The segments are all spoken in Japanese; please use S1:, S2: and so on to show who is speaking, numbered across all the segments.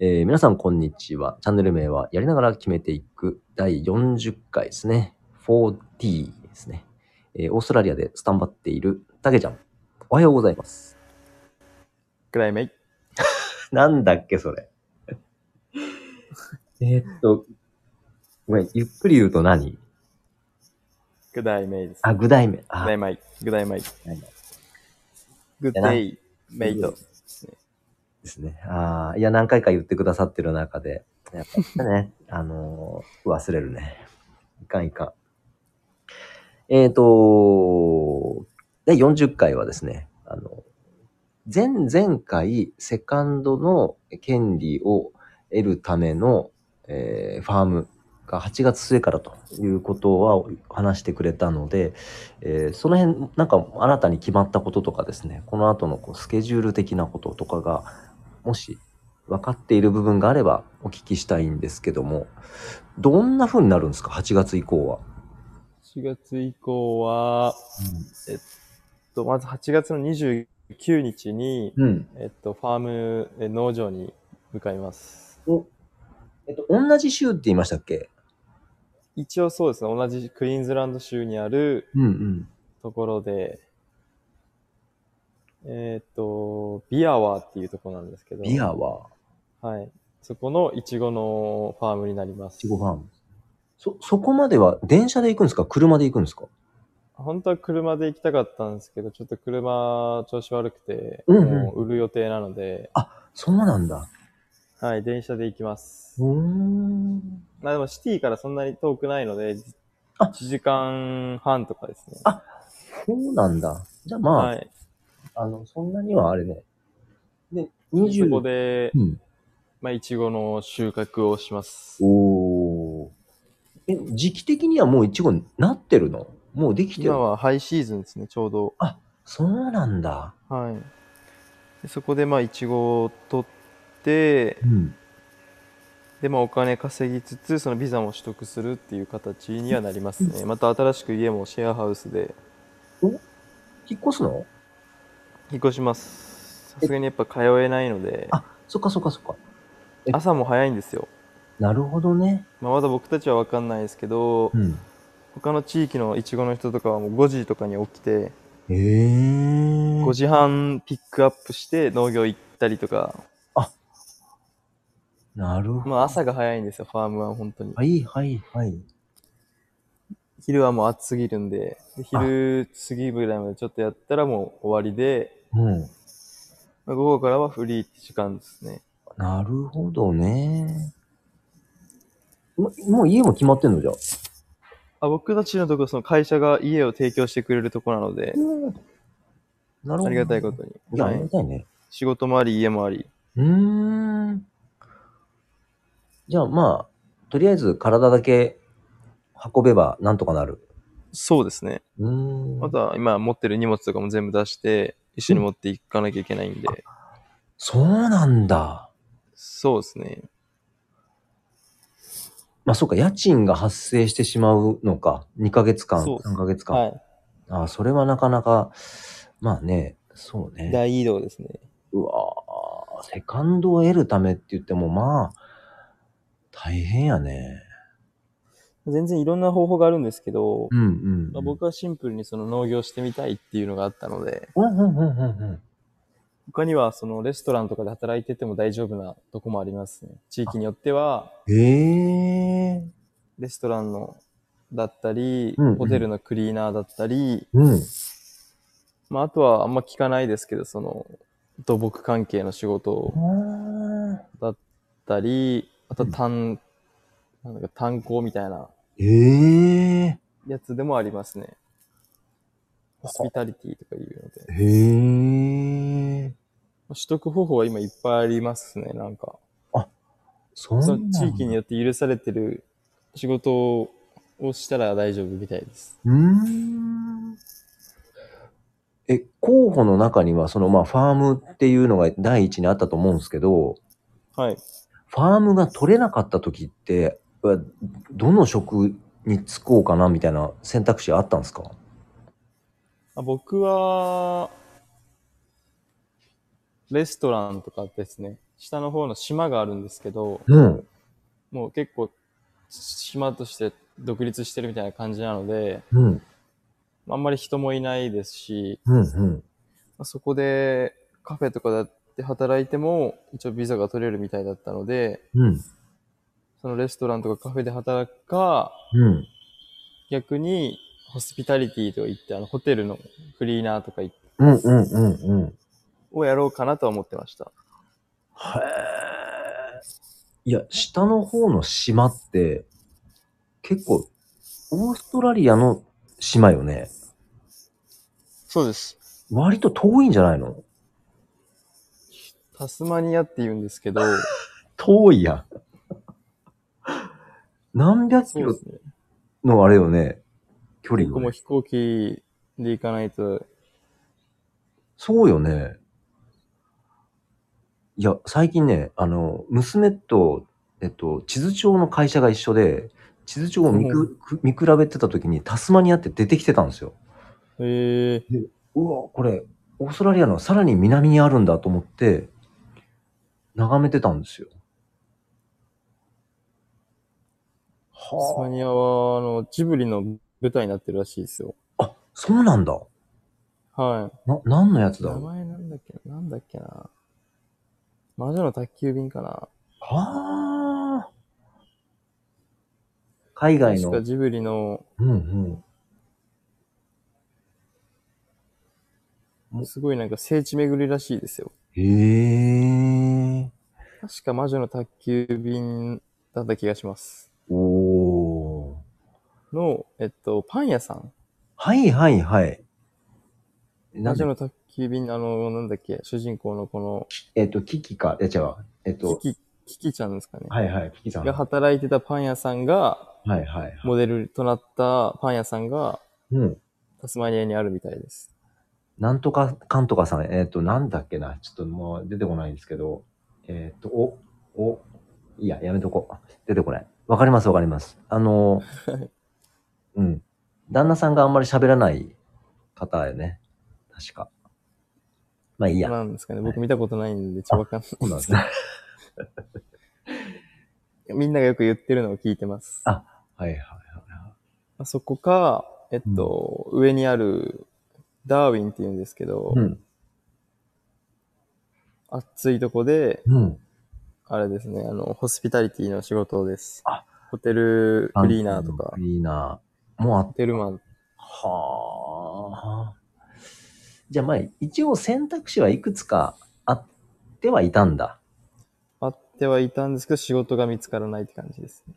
S1: えー皆さん、こんにちは。チャンネル名は、やりながら決めていく第40回ですね。4D ですね。えーオーストラリアでスタンバっている、たけちゃん。おはようございます。
S2: くらいめい。
S1: なんだっけ、それ。 えーっと、ごめん、ゆっくり言うと何
S2: くだいめいです。
S1: あ、具体名。あ
S2: ぐだい、めい。ぐだいめい。
S1: ないない
S2: ぐだいめいと。
S1: ですね。ああ、いや、何回か言ってくださってる中で、やっぱね、 あのー忘れるね。いかんいかん。えっ、と、第40回はですね、あの、前々回、セカンドの権利を得るための、えーファームが8月末からということは話してくれたので、えーその辺、なんか新たに決まったこととかですね、この後のこうスケジュール的なこととかが、もし分かっている部分があればお聞きしたいんですけども、どんな風になるんですか ?8 月以降は。
S2: 4月以降は、とまず8月の29日に、
S1: うん。
S2: えっと、ファーム、え農場に向かいます。
S1: おえっと、同じ州って言いましたっけ
S2: 一応そうですね、同じクイーンズランド州にある
S1: うんうん。
S2: ところで、えっと、ビアワーっていうところなんですけど、
S1: ビアは、
S2: はい。そこのイチゴのファームになります。
S1: チゴファーム。そ、そこまでは電車で行くんですか車で行くんですか
S2: 本当は車で行きたかったんですけど、ちょっと車調子悪くて、
S1: うんうん
S2: もう売る予定なので、
S1: そうなんだ。
S2: はい、電車で行きます。
S1: ん。
S2: まあでもシティからそんなに遠くないので、じ
S1: あ
S2: 1時間半とかですね。
S1: あそうなんだ。じゃあまあ、
S2: はい。
S1: あの、そんなにはあれね。で、
S2: そ
S1: 25
S2: こ。で、
S1: うん。
S2: まあ、いちごの収穫をします。
S1: おーえ、時期的にはもうイチゴになってるのもうできてる
S2: 今はハイシーズンですね、ちょうど。
S1: そうなんだ。
S2: はい。でそこで、まあ、いちごを取って、
S1: うん。
S2: で、まあ、お金稼ぎつつ、そのビザも取得するっていう形にはなりますね。また新しく家もシェアハウスで
S1: 引っ越すの
S2: 引っ越します。さすがにやっぱ通えないので、
S1: あそっかそっかそっか。え
S2: 朝も早いんですよ。
S1: なるほどね。
S2: まあ、まだ僕たちは分かんないですけど、
S1: うん。
S2: 他の地域のいちごの人とかはもう5時とかに起きて、
S1: へえ
S2: 5時半ピックアップして農業行ったりとか、
S1: なるほど。
S2: まあ、朝が早いんですよ、ファームは本当に。
S1: はいはいはい。
S2: 昼はもう暑すぎるんで、で昼過ぎぐらいまでちょっとやったらもう終わりで、
S1: うん。
S2: まあ午後からはフリーって時間ですね。
S1: なるほどね。ももう家も決まってんのじゃあ。
S2: あ僕たちのところ、その会社が家を提供してくれるところなので、
S1: なるほど。
S2: ありがたいことに。
S1: いや、あ
S2: は
S1: り
S2: い
S1: がたいね。
S2: 仕事もあり、家もあり。
S1: うーん。じゃあまあ、とりあえず体だけ運べばなんとかなる。
S2: そうですね。
S1: うーん。
S2: あとは今持ってる荷物とかも全部出して、一緒に持っていかなきゃいけないんで、
S1: そうなんだ。
S2: そうですね。
S1: まあそうか、家賃が発生してしまうのか。2ヶ月間、
S2: そう
S1: 3ヶ月間。
S2: は
S1: ああ、それはなかなか、まあね、そう
S2: い。
S1: ね。
S2: 大移動ですね。
S1: うわあセカンドを得るためって言っても、まあ、大変やね。
S2: 全然いろんな方法があるんですけど、
S1: うんうん。
S2: まあ、僕はシンプルにその農業してみたいっていうのがあったので、
S1: うんうんうんうん
S2: 他にはそのレストランとかで働いてても大丈夫なとこもありますね。地域によっては、
S1: うん。へえ。
S2: レストランのだったり、
S1: うんうん
S2: ホテルのクリーナーだったり、
S1: うん。
S2: まあ、あとはあんま聞かないですけど、その土木関係の仕事
S1: あ
S2: だったり、あと
S1: うん
S2: 炭、なんだか炭鉱みたいな
S1: ーへえ。
S2: やつでもありますね。ホスピタリティとかいうので。
S1: へえ。
S2: 取得方法は今いっぱいありますね、なんか。
S1: そうな
S2: そ
S1: ん
S2: の
S1: だ
S2: 地域によって許されてる仕事をしたら大丈夫みたいです。
S1: うーん。え、候補の中には、その、まあ、ファームっていうのが第一にあったと思うんですけど、
S2: はい。
S1: ファームが取れなかった時って、うわどの職に就こうかなみたいな選択肢あったんですか
S2: あ僕は、レストランとかですね。下の方の島があるんですけど、
S1: うん。
S2: もう結構、島として独立してるみたいな感じなので、
S1: うん。
S2: あんまり人もいないですし、
S1: うん。うん。
S2: まあそこでカフェとかだって働いても、一応ビザが取れるみたいだったので、
S1: うん。
S2: そのレストランとかカフェで働くか、
S1: うん。
S2: 逆にホスピタリティとか言って、あのホテルのクリーナーとか
S1: うん。うん。うん。うん。
S2: をやろうかなとは思ってました。
S1: へえ。いや、下の方の島って、結構、オーストラリアの島よね。
S2: そうです。
S1: 割と遠いんじゃないの
S2: タスマニアって言うんですけど、
S1: 遠いやん。何百キ
S2: そう
S1: ロ
S2: ですね。
S1: のあれよね。距離
S2: 僕も
S1: の。
S2: 飛行機で行かないと、
S1: そうよね。いや、最近ね、あの、娘と、えっと、地図帳の会社が一緒で、地図帳を見く見比べてた時にタスマニアって出てきてたんですよ。
S2: ええ
S1: うわ、これ、オーストラリアのさらに南にあるんだと思って、眺めてたんですよ。
S2: タスマ
S1: は
S2: ニアは、あの、ジブリの舞台になってるらしいですよ。
S1: あ。あ、そうなんだ。
S2: は
S1: な、何のやつ
S2: い。
S1: だ
S2: 名
S1: ろう。
S2: 前なんだっけな、なんだっけな。魔女の宅急便かな。
S1: はあ。海外
S2: 確
S1: の。
S2: かジブリの、
S1: うんうん。お
S2: すごいなんか聖地巡りらしいですよ。
S1: へえ。
S2: 確か魔女の宅急便だった気がします。
S1: おお。
S2: の、えっと、パン屋さん。
S1: はいはいはい。
S2: 魔
S1: な
S2: 女の宅急便、あの、なんだっけ、主人公のこの、
S1: えっと、キキか。いや違う。えっと、
S2: キキ、キキちゃんですかね。
S1: はいはい、キキさん。
S2: が
S1: は
S2: 働いてたパン屋さんが、
S1: いはいはい。
S2: モデルとなったパン屋さんが、
S1: うん。
S2: タスマニアにあるみたいです。
S1: なんとかかんとかさん、えっ、と、なんだっけな、ちょっともう出てこないんですけど、えっ、と、お、お、いや、やめとこう。出てこない。わかります、わかります。あの
S2: はい、
S1: うん。旦那さんがあんまり喋らない方よね。確か。まあいいや。
S2: なんですかね。僕見たことないんで、ちょっとわかん
S1: そうないん
S2: なで
S1: ですすね。
S2: け ど。みんながよく言ってるのを聞いてます。
S1: あはいはいはい。
S2: まあそこか、えっと、上にある、ダーウィンって言うんですけど、
S1: うん。
S2: 暑いとこで、
S1: うん。
S2: あれですね、あの、ホスピタリティの仕事です。
S1: あ
S2: ホテルクリーナーとか
S1: ク、リーナー。もうあ
S2: ホテルマン。
S1: はあ。じゃあまあ、一応選択肢はいくつかあってはいたんだ。
S2: あってはいたんですけど、仕事が見つからないって感じですね。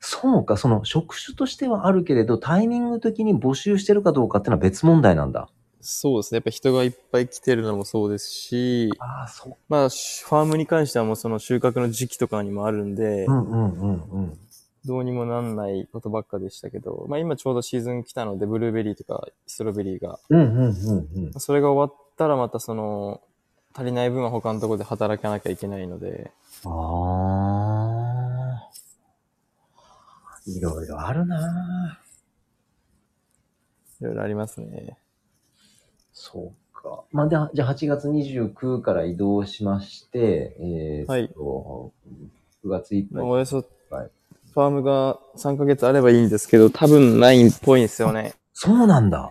S1: そうか、その職種としてはあるけれど、タイミング的に募集してるかどうかっていうのは別問題なんだ。
S2: そうですね。やっぱ人がいっぱい来てるのもそうですし、
S1: ああ、そう。
S2: まあ、しファームに関してはもうその収穫の時期とかにもあるんで、
S1: うんうんうんうん。
S2: どうにもなんないことばっかでしたけど、まあ今ちょうどシーズン来たので、ブルーベリーとかストロベリーが、
S1: うんうんうんうん。
S2: それが終わったらまたその、足りない分は他のところで働かなきゃいけないので、
S1: ああ。いろいろあるない
S2: ろいろありますね。
S1: そうか。まあ、でじゃあ8月29から移動しまして、えー、っと、9月いっぱ
S2: まあ
S1: い。
S2: およそ、
S1: はい
S2: ファームが3ヶ月あればいいんですけど、多分ないっぽいんですよね。
S1: そうなんだ。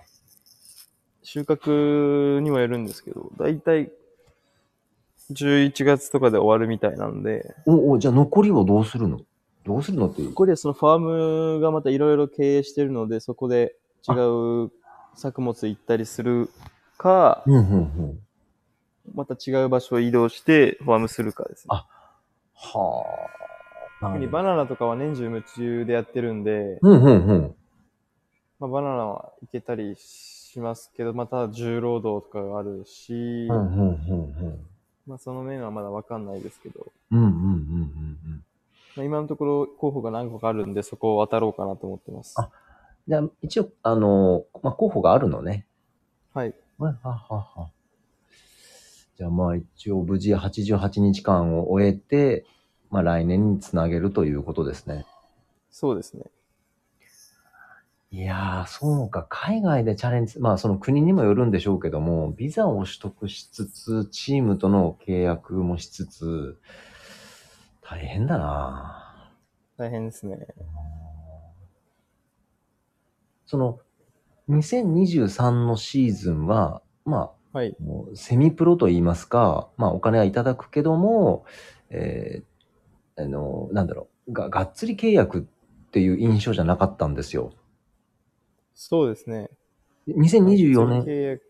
S2: 収穫にもよるんですけど、だいたい11月とかで終わるみたいなんで、
S1: おお、じゃあ残りをどうするのどうするのっていう
S2: これそのファームがまたいろいろ経営してるので、そこで違う作物行ったりするか、
S1: うんうんうん。
S2: また違う場所を移動してファームするかですね
S1: あ。はあ。
S2: 特にバナナとかは年中夢中でやってるんで、
S1: うんうんうん。
S2: まあ、バナナはいけたりしますけど、また重労働とかがあるし、
S1: うんうんうんうん。
S2: まあ、その面はまだわかんないですけど、
S1: うんうんうんうんうん。
S2: まあ、今のところ候補が何個かあるんで、そこを渡ろうかなと思ってます。
S1: あじゃあ、一応、あのーまあ、候補があるのね。
S2: はい。
S1: ははは。じゃあ、まあ、一応、無事88日間を終えて、まあ、来年につなげるということですね。
S2: そうですね。
S1: いやー、そうか。海外でチャレンジ、まあその国にもよるんでしょうけども、ビザを取得しつつ、チームとの契約もしつつ、大変だな
S2: 大変ですね。
S1: その、2023のシーズンは、ま
S2: はい。
S1: あ、もうセミプロと言いますか、まあお金はいただくけども、えーあの、なんだろう、が、がっつり契約っていう印象じゃなかったんですよ。
S2: そうですね。
S1: 2024年、
S2: 契約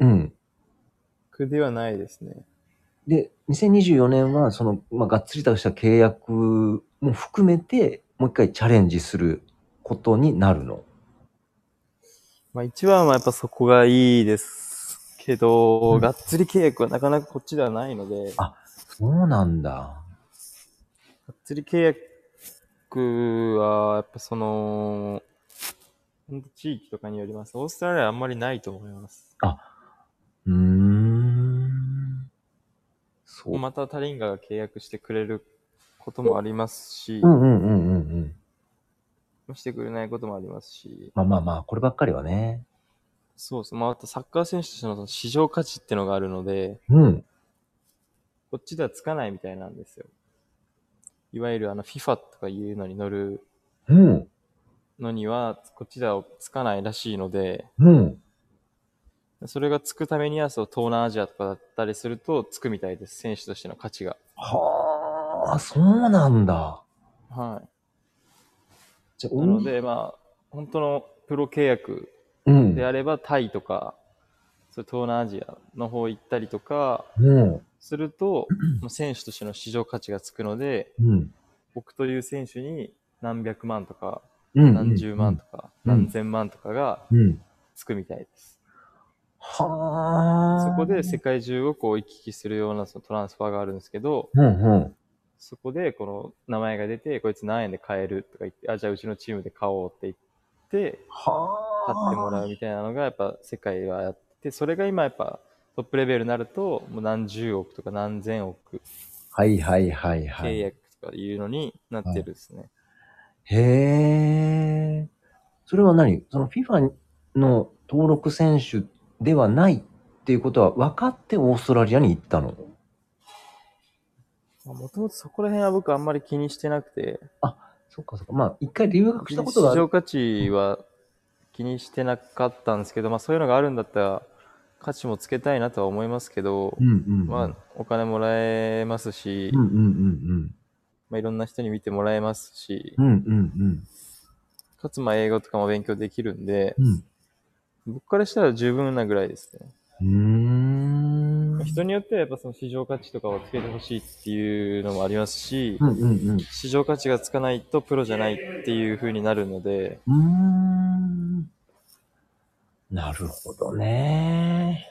S1: うん。
S2: ではないですね。
S1: で、2024年は、その、まあ、がっつりとした契約も含めて、もう一回チャレンジすることになるの。
S2: まあ一番はやっぱそこがいいですけど、
S1: うん
S2: がっつり契約はなかなかこっちではないので、
S1: あ
S2: が
S1: そうなんだ。
S2: っつり契約はやっぱその、ほんと地域とかによります。オーストラリアはあんまりないと思います。
S1: うーん。そう。
S2: またタリンガが契約してくれることもありますし、
S1: うんうんうんうんうん。
S2: してくれないこともありますし、
S1: まあまあまあ、こればっかりはね。
S2: そうそう、まあ、あとサッカー選手としてのその市場価値ってのがあるので、
S1: うん。
S2: こっちではつかないみたいなんですよ。いわゆるあの FIFA とかいうのに乗る
S1: うん。
S2: のには、こっちではつかないらしいので、
S1: うん。
S2: それがつくためには、そう東南アジアとかだったりすると、つくみたいです。選手としての価値が。
S1: はあ、そうなんだ。
S2: はい。
S1: じゃ
S2: なの、で、まあ、本当のプロ契約
S1: うん
S2: で。あれば、タイとか、そう東南アジアの方行ったりとか、
S1: うん。
S2: す ると、もう選手としての市場価値がつくので、
S1: うん。
S2: 僕という選手に何百万とか
S1: うん。
S2: 何十万とか
S1: うんうん
S2: 何千万とかが
S1: うん。
S2: つくみたいです。
S1: はあ。
S2: そこで、世界中をこう行き来するようなそのトランスファーがあるんですけど、
S1: うんうん。
S2: そこでこの名前が出て、こいつ何円で買えるとか言って、あ、じゃあうちのチームで買おうって言って、
S1: はあ。
S2: 買ってもらうみたいなのがやっぱ世界はやって、それが今やっぱトップレベルになると、もう何十億とか何千億
S1: はいはいはいはい。
S2: 契約とかいうのになってるですね。
S1: へえ。それは何その FIFA の登録選手ではないっていうことは分かってオーストラリアに行ったの
S2: もともとそこら辺は僕あんまり気にしてなくて、
S1: そっかそっか。まあ、一回留学したことがあ
S2: 市
S1: る。
S2: 場価値は気にしてなかったんですけど、まあそういうのがあるんだったら価値もつけたいなとは思いますけど
S1: う、んうんうん。
S2: まあお金もらえますし
S1: うん、うんうん
S2: まあいろんな人に見てもらえますし
S1: うん。う、んうん
S2: かつまあ英語とかも勉強できるんで
S1: う、ん。
S2: 僕からしたら十分なぐらいですね。
S1: うん。うーん。
S2: まあ人によってはやっぱその市場価値とかをつけてほしいっていうのもありますし
S1: う、んうん
S2: 市場価値がつかないとプロじゃないっていう風になるので、
S1: うん。うーん。なるほどね。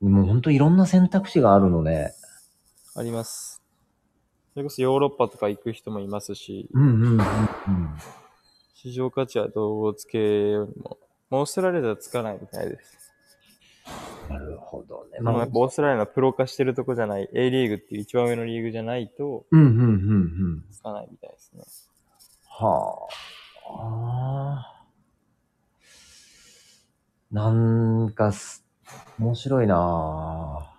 S1: もう本当いろんな選択肢があるのね。
S2: あります。それこそヨーロッパとか行く人もいますし、
S1: うんうんうんうん。
S2: 市場価値は動物系よりも、まあオーストラリアではつかないみたいです。
S1: なるほどね。
S2: まあ、やっぱオーストラリアのプロ化してるとこじゃない、A リーグっていう一番上のリーグじゃないと
S1: うんうんうんうん。
S2: つかないみたいですね。
S1: はあ。あーなんかす、面白いなあ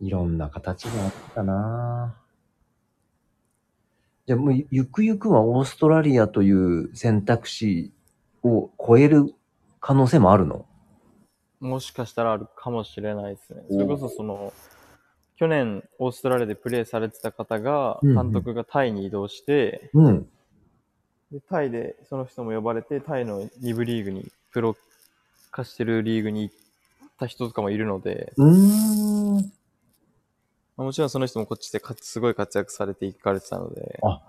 S1: いろんな形があったなあじゃあもう、ゆくゆくはオーストラリアという選択肢を超える可能性もあるの
S2: もしかしたらあるかもしれないですね。それこそその、去年オーストラリアでプレーされてた方が、
S1: うんうん
S2: 監督がタイに移動して、
S1: うん。
S2: でタイでその人も呼ばれて、タイの2部リーグに、プロ化してるリーグに行った人とかもいるので、
S1: うーん。
S2: まあもちろんその人もこっちでかすごい活躍されていかれてたので
S1: あ、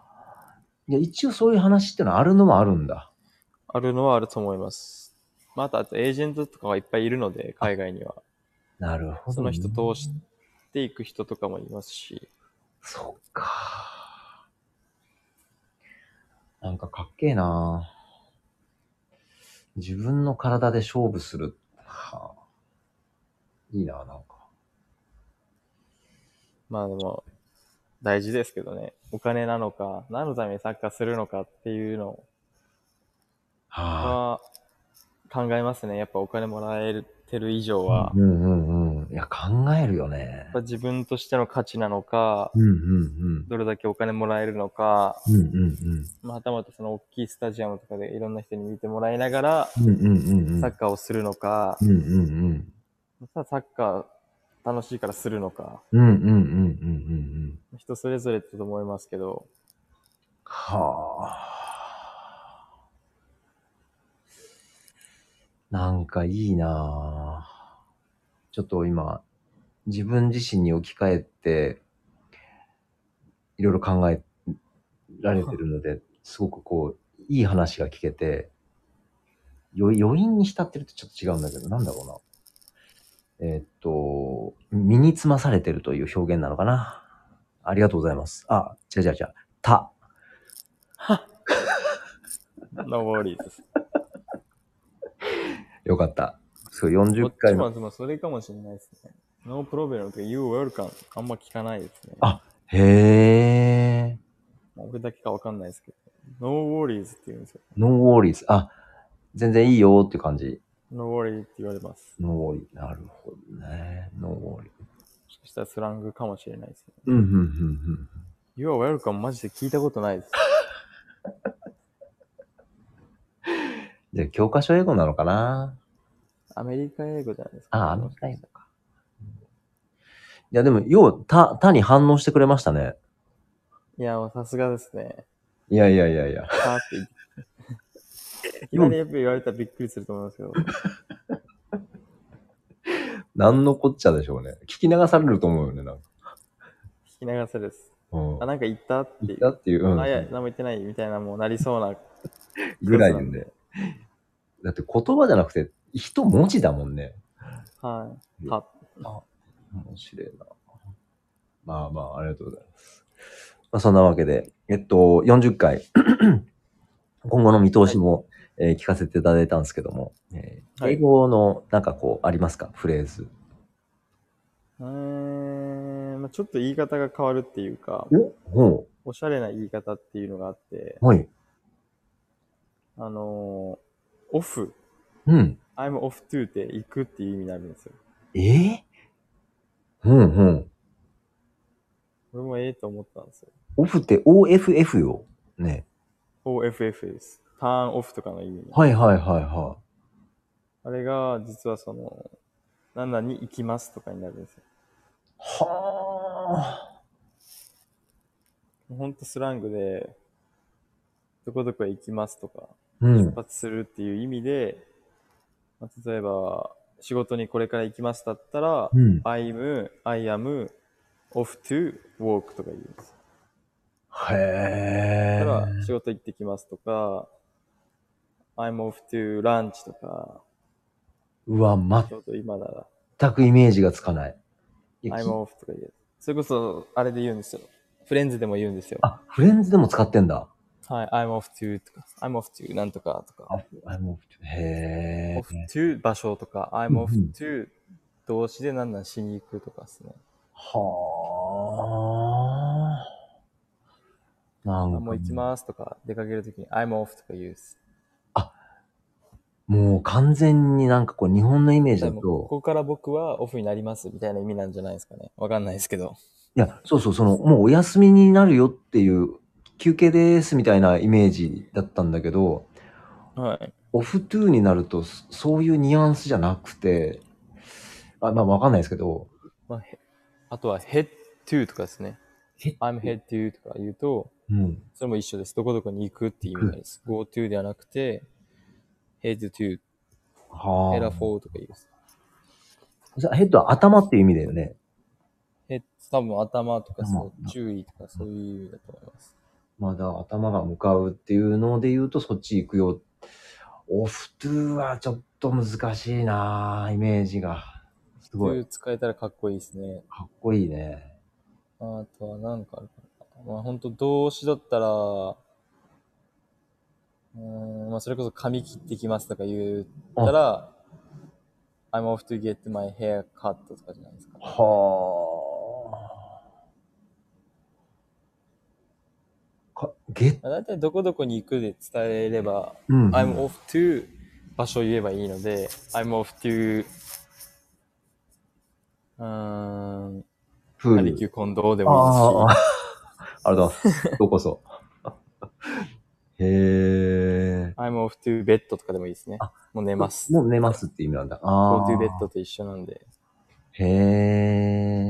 S1: いや、一応そういう話ってのはあるのもあるんだ。
S2: あるのはあると思います。まあ、あと、あとエージェントとかがいっぱいいるので、海外には。
S1: なるほ
S2: そ
S1: ど
S2: の
S1: ね、
S2: 人通していく人とかもいますし、
S1: そっか。なんかかっけえな自分の体で勝負する。はあ、いいななんか。
S2: まあでも、大事ですけどね。お金なのか、何のためにサッカーするのかっていうの
S1: は
S2: は考えますね。やっぱお金もらえてる以上は。
S1: うんうんうん。いや、考えるよね
S2: やっ。ぱ自分としての価値なのか、
S1: うんうん
S2: どれだけお金もらえるのか、
S1: うん。うんうん
S2: まあはたまたその大きいスタジアムとかでいろんな人に見てもらいながら、
S1: うん。うんうんうんうん。
S2: サッカーをするのか、
S1: うんうんうん。
S2: ただサッカー楽しいからするのか、
S1: うんうんうんうんうんうん。
S2: 人それぞれだと思いますけど、
S1: はあ。なんかいいなあちょっと今、自分自身に置き換えて、いろいろ考えられてるので、すごくこう、いい話が聞けて、よ余韻に浸ってるとちょっと違うんだけど、なんだろうな。えーっと、身につまされてるという表現なのかな。ありがとうございます。あ、違う違う違う。た。
S2: ノーボーリーです。
S1: よかった。そう、
S2: こ
S1: 40
S2: っち
S1: 回
S2: も
S1: も。
S2: でもそれかもしれないですね。ノープロベルムとか You Welcome あんま聞かないですね。
S1: あへー。
S2: まあ俺だけかわかんないですけど。ノーウォーリーズって言うんですよ。
S1: ノーウォーリーズ。あ、全然いいよって感じ。
S2: ノーウォーリーって言われます。
S1: ノーウォーリー。なるほどね。ノーウォーリー。
S2: もしかしたらスラングかもしれないですね。
S1: うん、うん、うん、
S2: You are welcome マジで聞いたことないです。
S1: うん。で、教科書英語なのかな
S2: アメリカ英語じゃないですか。
S1: あ、あのタイプか。いや、でも、よう、た、他に反応してくれましたね。
S2: いや、もうさすがですね。
S1: いやいやいやいや。
S2: はーって言って。いきなりやっぱ言われたらびっくりすると思いますけど。
S1: なんのこっちゃでしょうね。聞き流されると思うよね、なんか。
S2: 聞き流せです。
S1: うん
S2: あ、。なんか言ったって
S1: 言
S2: い
S1: っ
S2: う
S1: た。っていう、う
S2: あ、いや、
S1: ん、
S2: 何も言ってないみたいな、もうなりそうな。
S1: ぐらいよね。だって言葉じゃなくて、一文字だもんね。
S2: はい。は、
S1: 面白いな。まあまあ、ありがとうございます。まあ、そんなわけで、えっと、40回、 今後の見通しも、えー聞かせていただいたんですけども、えー
S2: はい
S1: 英語のなんかこう、ありますかフレーズ。
S2: えーまあ、ちょっと言い方が変わるっていうか、
S1: おほ
S2: おしゃれな言い方っていうのがあって、
S1: う。はい。
S2: あのー、オフ、
S1: うん。
S2: I'm off to って行くっていう意味になるんですよ。
S1: えー、うんうん。
S2: 俺もええと思ったんですよ。
S1: オフって OFF よ。ね。
S2: OFF です。ターンオフとかの意味。
S1: はいはいはいは
S2: あれが、実はその、何々に行きますとかになるんです
S1: い。
S2: よ。
S1: はあ。
S2: ほんとスラングで、どこどこへ行きますとか、
S1: う
S2: 出
S1: ん。
S2: 発するっていう意味で、まあ、例えば、仕事にこれから行きますだったら、
S1: うん。
S2: I'm, I am off to walk とか言うんですよ。
S1: へ
S2: だ
S1: え
S2: か。ら、仕事行ってきますとか、I'm off to lunch とか、
S1: うわ、
S2: ちょうど今なら、
S1: 全くイメージがつかない。いや
S2: I'm off とか言う。それこそ、あれで言うんですよ。フレンズでも言うんですよ。
S1: あ、フレンズでも使ってんだ。
S2: はい、I'm off to とか、I'm off to なんとかとか、
S1: あ、あもう、へ
S2: off to 場所とか、I'm
S1: うんうん
S2: off to 動詞で何々しに行くとかですね。
S1: はあ。な
S2: あ
S1: んか、
S2: もう行きますとか、出かけるときに I'm off とか言うっす。
S1: もう完全になんかこう、日本のイメージ
S2: で
S1: だ、
S2: もことこから僕はオフになりますみたいな意味なんじゃないですかね。わかんないですけど。
S1: いや、そうそう、その、もうお休みになるよっていう、休憩ですみたいなイメージだったんだけど、
S2: はい。
S1: オフトゥーになると、そそういうニュアンスじゃなくて、あまあ、わかんないですけど、
S2: まあ、へあとは head to とかですね。I'm head to とか言うと、
S1: うん。
S2: それも一緒です。どこどこに行くっていう意味なんです。go to ではなくて、head to、
S1: は
S2: head
S1: あ。
S2: for とか言うっす。
S1: じゃあヘッドは頭っていう意味だよね。
S2: ヘッド、多分頭とかそ
S1: 頭
S2: う、注意とかそういう意味だと思います。
S1: まだ頭が向かうっていうので言うとそっち行くよ。オフトゥーはちょっと難しいなぁイメージが。す
S2: そ
S1: ご
S2: う
S1: い。
S2: いう使えたらかっこいいですね。
S1: かっこいいね。
S2: あとは何かあるかな。まあ本当動詞だったら、うーん、まあそれこそ髪切ってきますとか言ったら、I'm off to get my hair cut とかじゃないですか。
S1: はかゲ
S2: まあ、大体どこどこに行くで伝えれば、
S1: うん。
S2: I'm off to 場所を言えばいいので、I'm off to うーん、
S1: プー
S2: ハ
S1: ル
S2: リキューコンドで
S1: あ
S2: もいいし、
S1: あ、ありがとうございます。ようこそ。 へえ。
S2: I'm off to bed とかでもいいですね。もう寝ます。
S1: もう寝ますって意味なんだ。あ
S2: go
S1: あ。
S2: to bed と一緒なんで、
S1: へ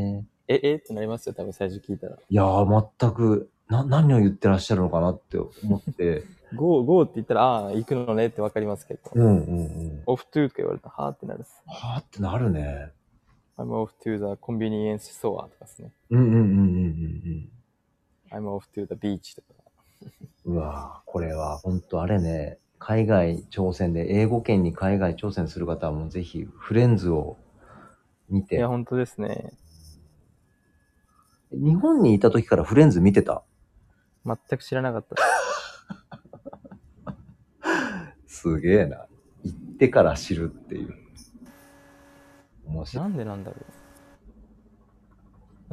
S1: え。
S2: え、えってなりますよ、多分最初聞いたら。
S1: いやー、全く、な、何を言ってらっしゃるのかなって思って。
S2: go, go って言ったら、ああ、行くのねってわかりますけど、
S1: うんうんうん。
S2: off to とか言われたら、はあってなるっす。
S1: はーってなるね。
S2: I'm off to the convenience store とかですね。
S1: うんうんうんうん
S2: I'm off to the beach とか。
S1: うんうん。うわーこれは本当あれね、海外挑戦で、英語圏に海外挑戦する方はもうぜひフレンズを見
S2: い
S1: て
S2: や、。本当ですね。
S1: 日本にいた時からフレンズ見てた
S2: 全く知らなかった。
S1: すげえな。行ってから知るっていう。面白い。
S2: なんでなんだろう。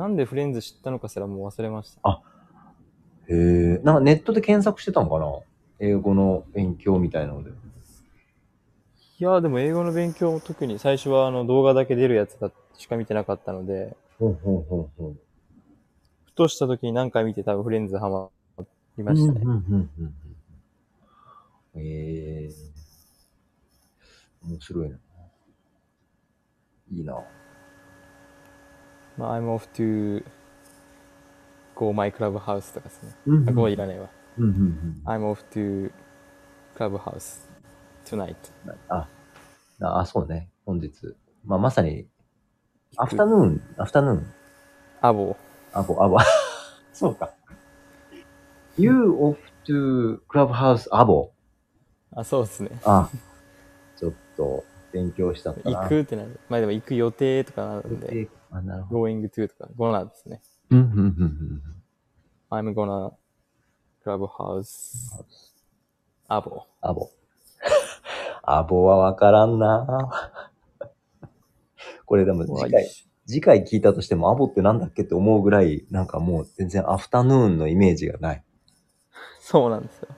S2: なんでフレンズ知ったのかすらもう忘れました。
S1: へえ。なんかネットで検索してたのかな英語の勉強みたいなので。
S2: いやーでも英語の勉強も特に最初はあの動画だけ出るやつだしか見てなかったので、
S1: ほんほんほんほん。
S2: ふとした時に何回見て多分フレンズハマりま
S1: う
S2: し
S1: ん
S2: た
S1: うん
S2: ね。
S1: うんうんうん。ええ面白いな。いいな。
S2: まあ、I'm off to go my club house とかですね。
S1: うんうん
S2: あ、go いらないわ。
S1: うんうんうん。
S2: I'm off to club house tonight.
S1: あ、あ、そうね。本日。まあ、まさに、アフタ
S2: ヌ
S1: ヌーン、アフタヌーン。
S2: アボ。
S1: あ、ぼ、あ、ぼ。 そうか。You off to clubhouse アボ。
S2: あ、そうですね。
S1: あ、ちょっと、勉強したのかな。
S2: 行くってなる。まあでも行く予定とかなるんで、
S1: あ、なるほど。
S2: going to とか、gonna ですね。
S1: うん、うん、うんうん。
S2: I'm gonna clubhouse abo.
S1: アボ。 アボはわからんな これでも次回、次回聞いたとしてもアボってなんだっけって思うぐらい、なんかもう全然アフタヌーンのイメージがない。
S2: そうなんですよ。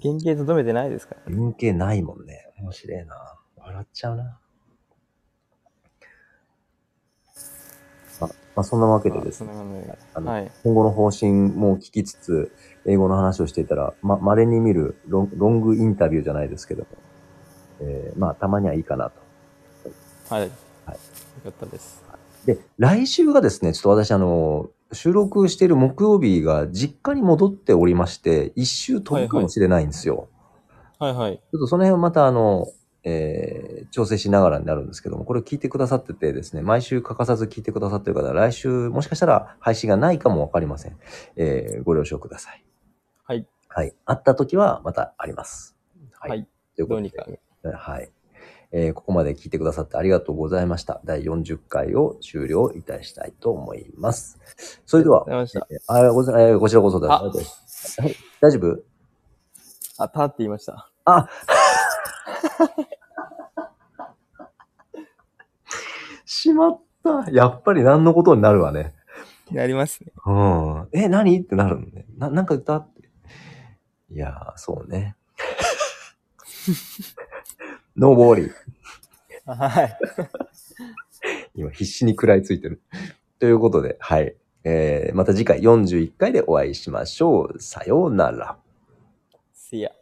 S2: 原型とどめてないですから。
S1: 文系ないもんね。面白いな笑っちゃうなまあ、まあ、そんなわけでですね、
S2: まあそんな感じで
S1: あの
S2: はい。
S1: 今後の方針も聞きつつ、英語の話をしていたら、ま、稀に見るロンロングインタビューじゃないですけども、えーまあ、たまにはいいかなと。
S2: はい。よ
S1: はい
S2: かったです。
S1: で、来週がですね、ちょっと私、あの、収録している木曜日が実家に戻っておりまして、一周飛ぶかもしれないんですよ。
S2: はいはい。
S1: ちょっとその辺はまた、あの、えー調整しながらになるんですけども、これを聞いてくださっててですね、毎週欠かさず聞いてくださってる方、来週もしかしたら配信がないかもわかりません。えーご了承ください。
S2: はい。
S1: はい。あった時はまたあります。はい
S2: はい。
S1: ということ
S2: どう
S1: で
S2: にか。
S1: はい。えーここまで聞いてくださってありがとうございました。第40回を終了いたしたいと思います。それでは
S2: ありがとうござ、いました。
S1: えーあござえーこちらこそです。ありが
S2: あ
S1: とうございますはい大丈夫
S2: あ、たって言いました。
S1: しまった。やっぱり何のことになるわね。
S2: なりますね。
S1: うん。え、何ってなるのね。な、なんか言ったって。いやー、そうね。 ノーボーリー。
S2: あはい。
S1: 今必死に食らいついてる。 ということで、はい。えー、また次回41回でお会いしましょう。さようなら。
S2: See ya.